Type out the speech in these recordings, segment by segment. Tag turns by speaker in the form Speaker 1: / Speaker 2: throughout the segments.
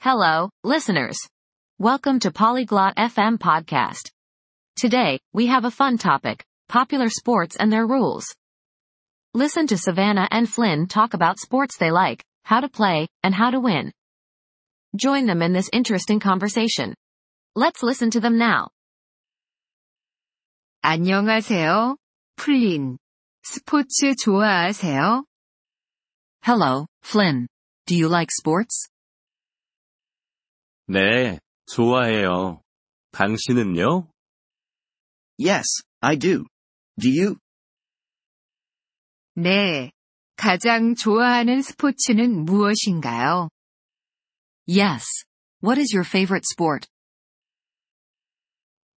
Speaker 1: Hello, listeners. Welcome to Polyglot FM podcast. Today, we have a fun topic, popular sports and their rules. Listen to Savannah and Flynn talk about sports they like, how to play, and how to win. Join them in this interesting conversation. Let's listen to them now.
Speaker 2: 안녕하세요. 플린. 스포츠 좋아하세요?
Speaker 1: Hello, Flynn. Do you like sports?
Speaker 3: 네, 좋아해요. 당신은요?
Speaker 4: Yes, I do. Do you?
Speaker 2: 네. 가장 좋아하는 스포츠는 무엇인가요?
Speaker 1: Yes. What is your favorite sport?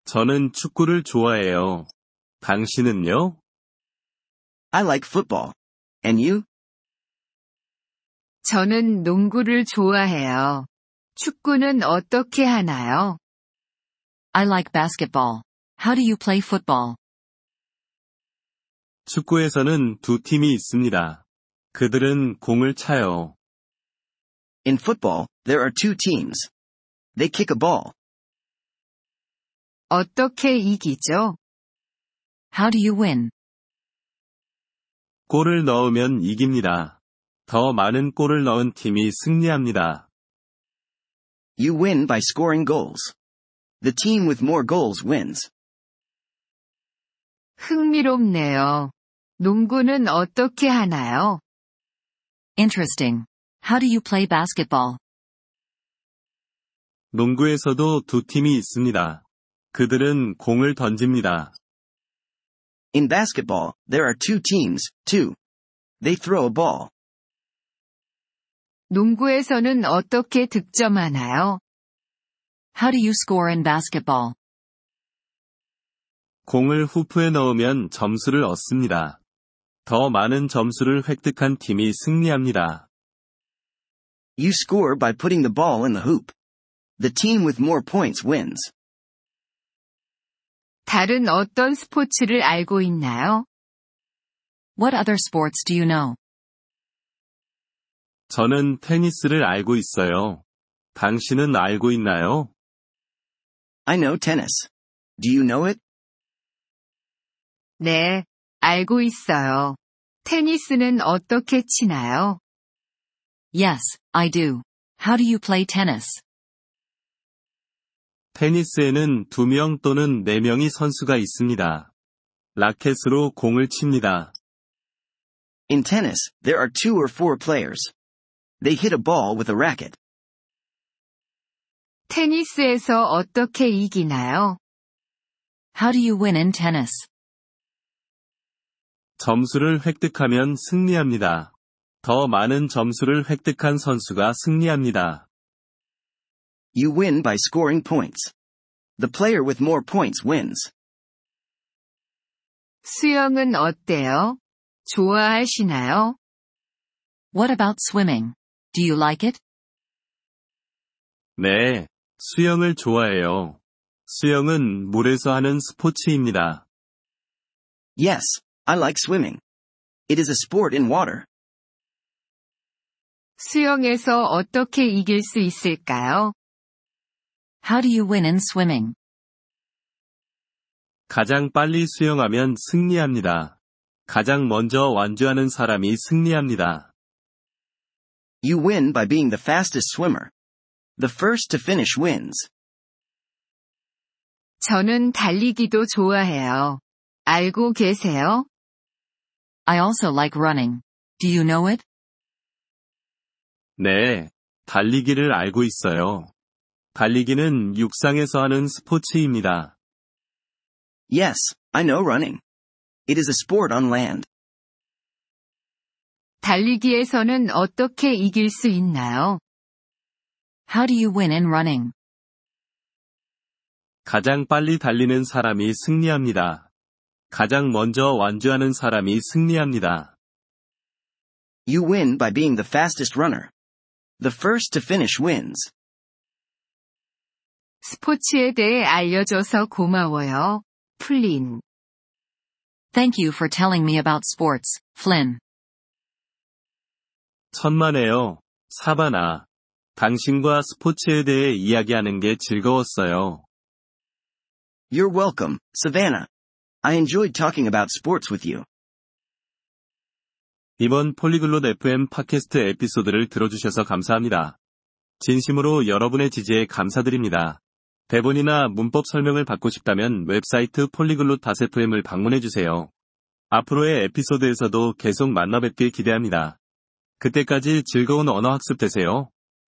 Speaker 3: 저는 축구를 좋아해요. 당신은요?
Speaker 4: I like football. And you?
Speaker 2: 저는 농구를 좋아해요. 축구는 어떻게 하나요?
Speaker 1: I like basketball. How do you play football?
Speaker 3: 축구에서는 두 팀이 있습니다. 그들은 공을 차요.
Speaker 4: In football, there are two teams. They kick a ball.
Speaker 2: 어떻게 이기죠?
Speaker 1: How do you win?
Speaker 3: 골을 넣으면 이깁니다. 더 많은 골을 넣은 팀이 승리합니다.
Speaker 4: You win by scoring goals. The team with more goals wins.
Speaker 2: 흥미롭네요. 농구는 어떻게 하나요?
Speaker 1: Interesting. How do you play basketball?
Speaker 3: 농구에서도 두 팀이 있습니다. 그들은 공을 던집니다.
Speaker 4: In basketball, there are two teams, too. They throw a ball.
Speaker 2: 농구에서는 어떻게 득점하나요?
Speaker 1: How do you score in basketball?
Speaker 3: 공을 후프에 넣으면 점수를 얻습니다. 더 많은 점수를 획득한 팀이 승리합니다.
Speaker 4: You score by putting the ball in the hoop. The team with more points wins.
Speaker 2: 다른 어떤 스포츠를 알고 있나요?
Speaker 1: What other sports do you know?
Speaker 3: 저는 테니스를 알고 있어요. 당신은 알고 있나요?
Speaker 4: I know tennis. Do you know it?
Speaker 2: 네, 알고 있어요. 테니스는 어떻게 치나요?
Speaker 1: Yes, I do. How do you play tennis?
Speaker 3: 테니스에는 2명 또는 4명이 선수가 있습니다. 라켓으로 공을 칩니다.
Speaker 4: In tennis, there are two or four players. They hit a ball with a racket.
Speaker 2: 테니스에서 어떻게 이기나요?
Speaker 1: How do you win in tennis?
Speaker 3: 점수를 획득하면 승리합니다. 더 많은 점수를 획득한 선수가 승리합니다.
Speaker 4: You win by scoring points. The player with more points wins.
Speaker 2: 수영은 어때요? 좋아하시나요?
Speaker 1: What about swimming? Do you like it?
Speaker 3: 네, 수영을 좋아해요. 수영은 물에서 하는 스포츠입니다.
Speaker 4: Yes, I like swimming. It is a sport in water.
Speaker 2: 수영에서 어떻게 이길 수 있을까요?
Speaker 1: How do you win in swimming?
Speaker 3: 가장 빨리 수영하면 승리합니다. 가장 먼저 완주하는 사람이 승리합니다.
Speaker 4: You win by being the fastest swimmer. The first to finish wins.
Speaker 2: 저는 달리기도 좋아해요. 알고 계세요?
Speaker 1: I also like running. Do you know it?
Speaker 3: 네, 달리기를 알고 있어요. 달리기는 육상에서 하는 스포츠입니다.
Speaker 4: Yes, I know running. It is a sport on land.
Speaker 2: 달리기에서는 어떻게 이길 수 있나요?
Speaker 1: How do you win in running?
Speaker 3: 가장 빨리 달리는 사람이 승리합니다. 가장 먼저 완주하는 사람이 승리합니다.
Speaker 4: You win by being the fastest runner. The first to finish wins.
Speaker 2: 스포츠에 대해 알려줘서 고마워요. 플린.
Speaker 1: Thank you for telling me about sports, Flynn.
Speaker 3: 천만에요. 사바나. 당신과 스포츠에 대해 이야기하는 게 즐거웠어요.
Speaker 4: You're welcome, Savannah. I enjoyed talking about sports with you.
Speaker 3: 이번 폴리글롯 FM 팟캐스트 에피소드를 들어주셔서 감사합니다. 진심으로 여러분의 지지에 감사드립니다. 대본이나 문법 설명을 받고 싶다면 웹사이트 폴리글롯 FM을 방문해주세요. 앞으로의 에피소드에서도 계속 만나뵙길 기대합니다. 그때까지 즐거운 언어학습 되세요.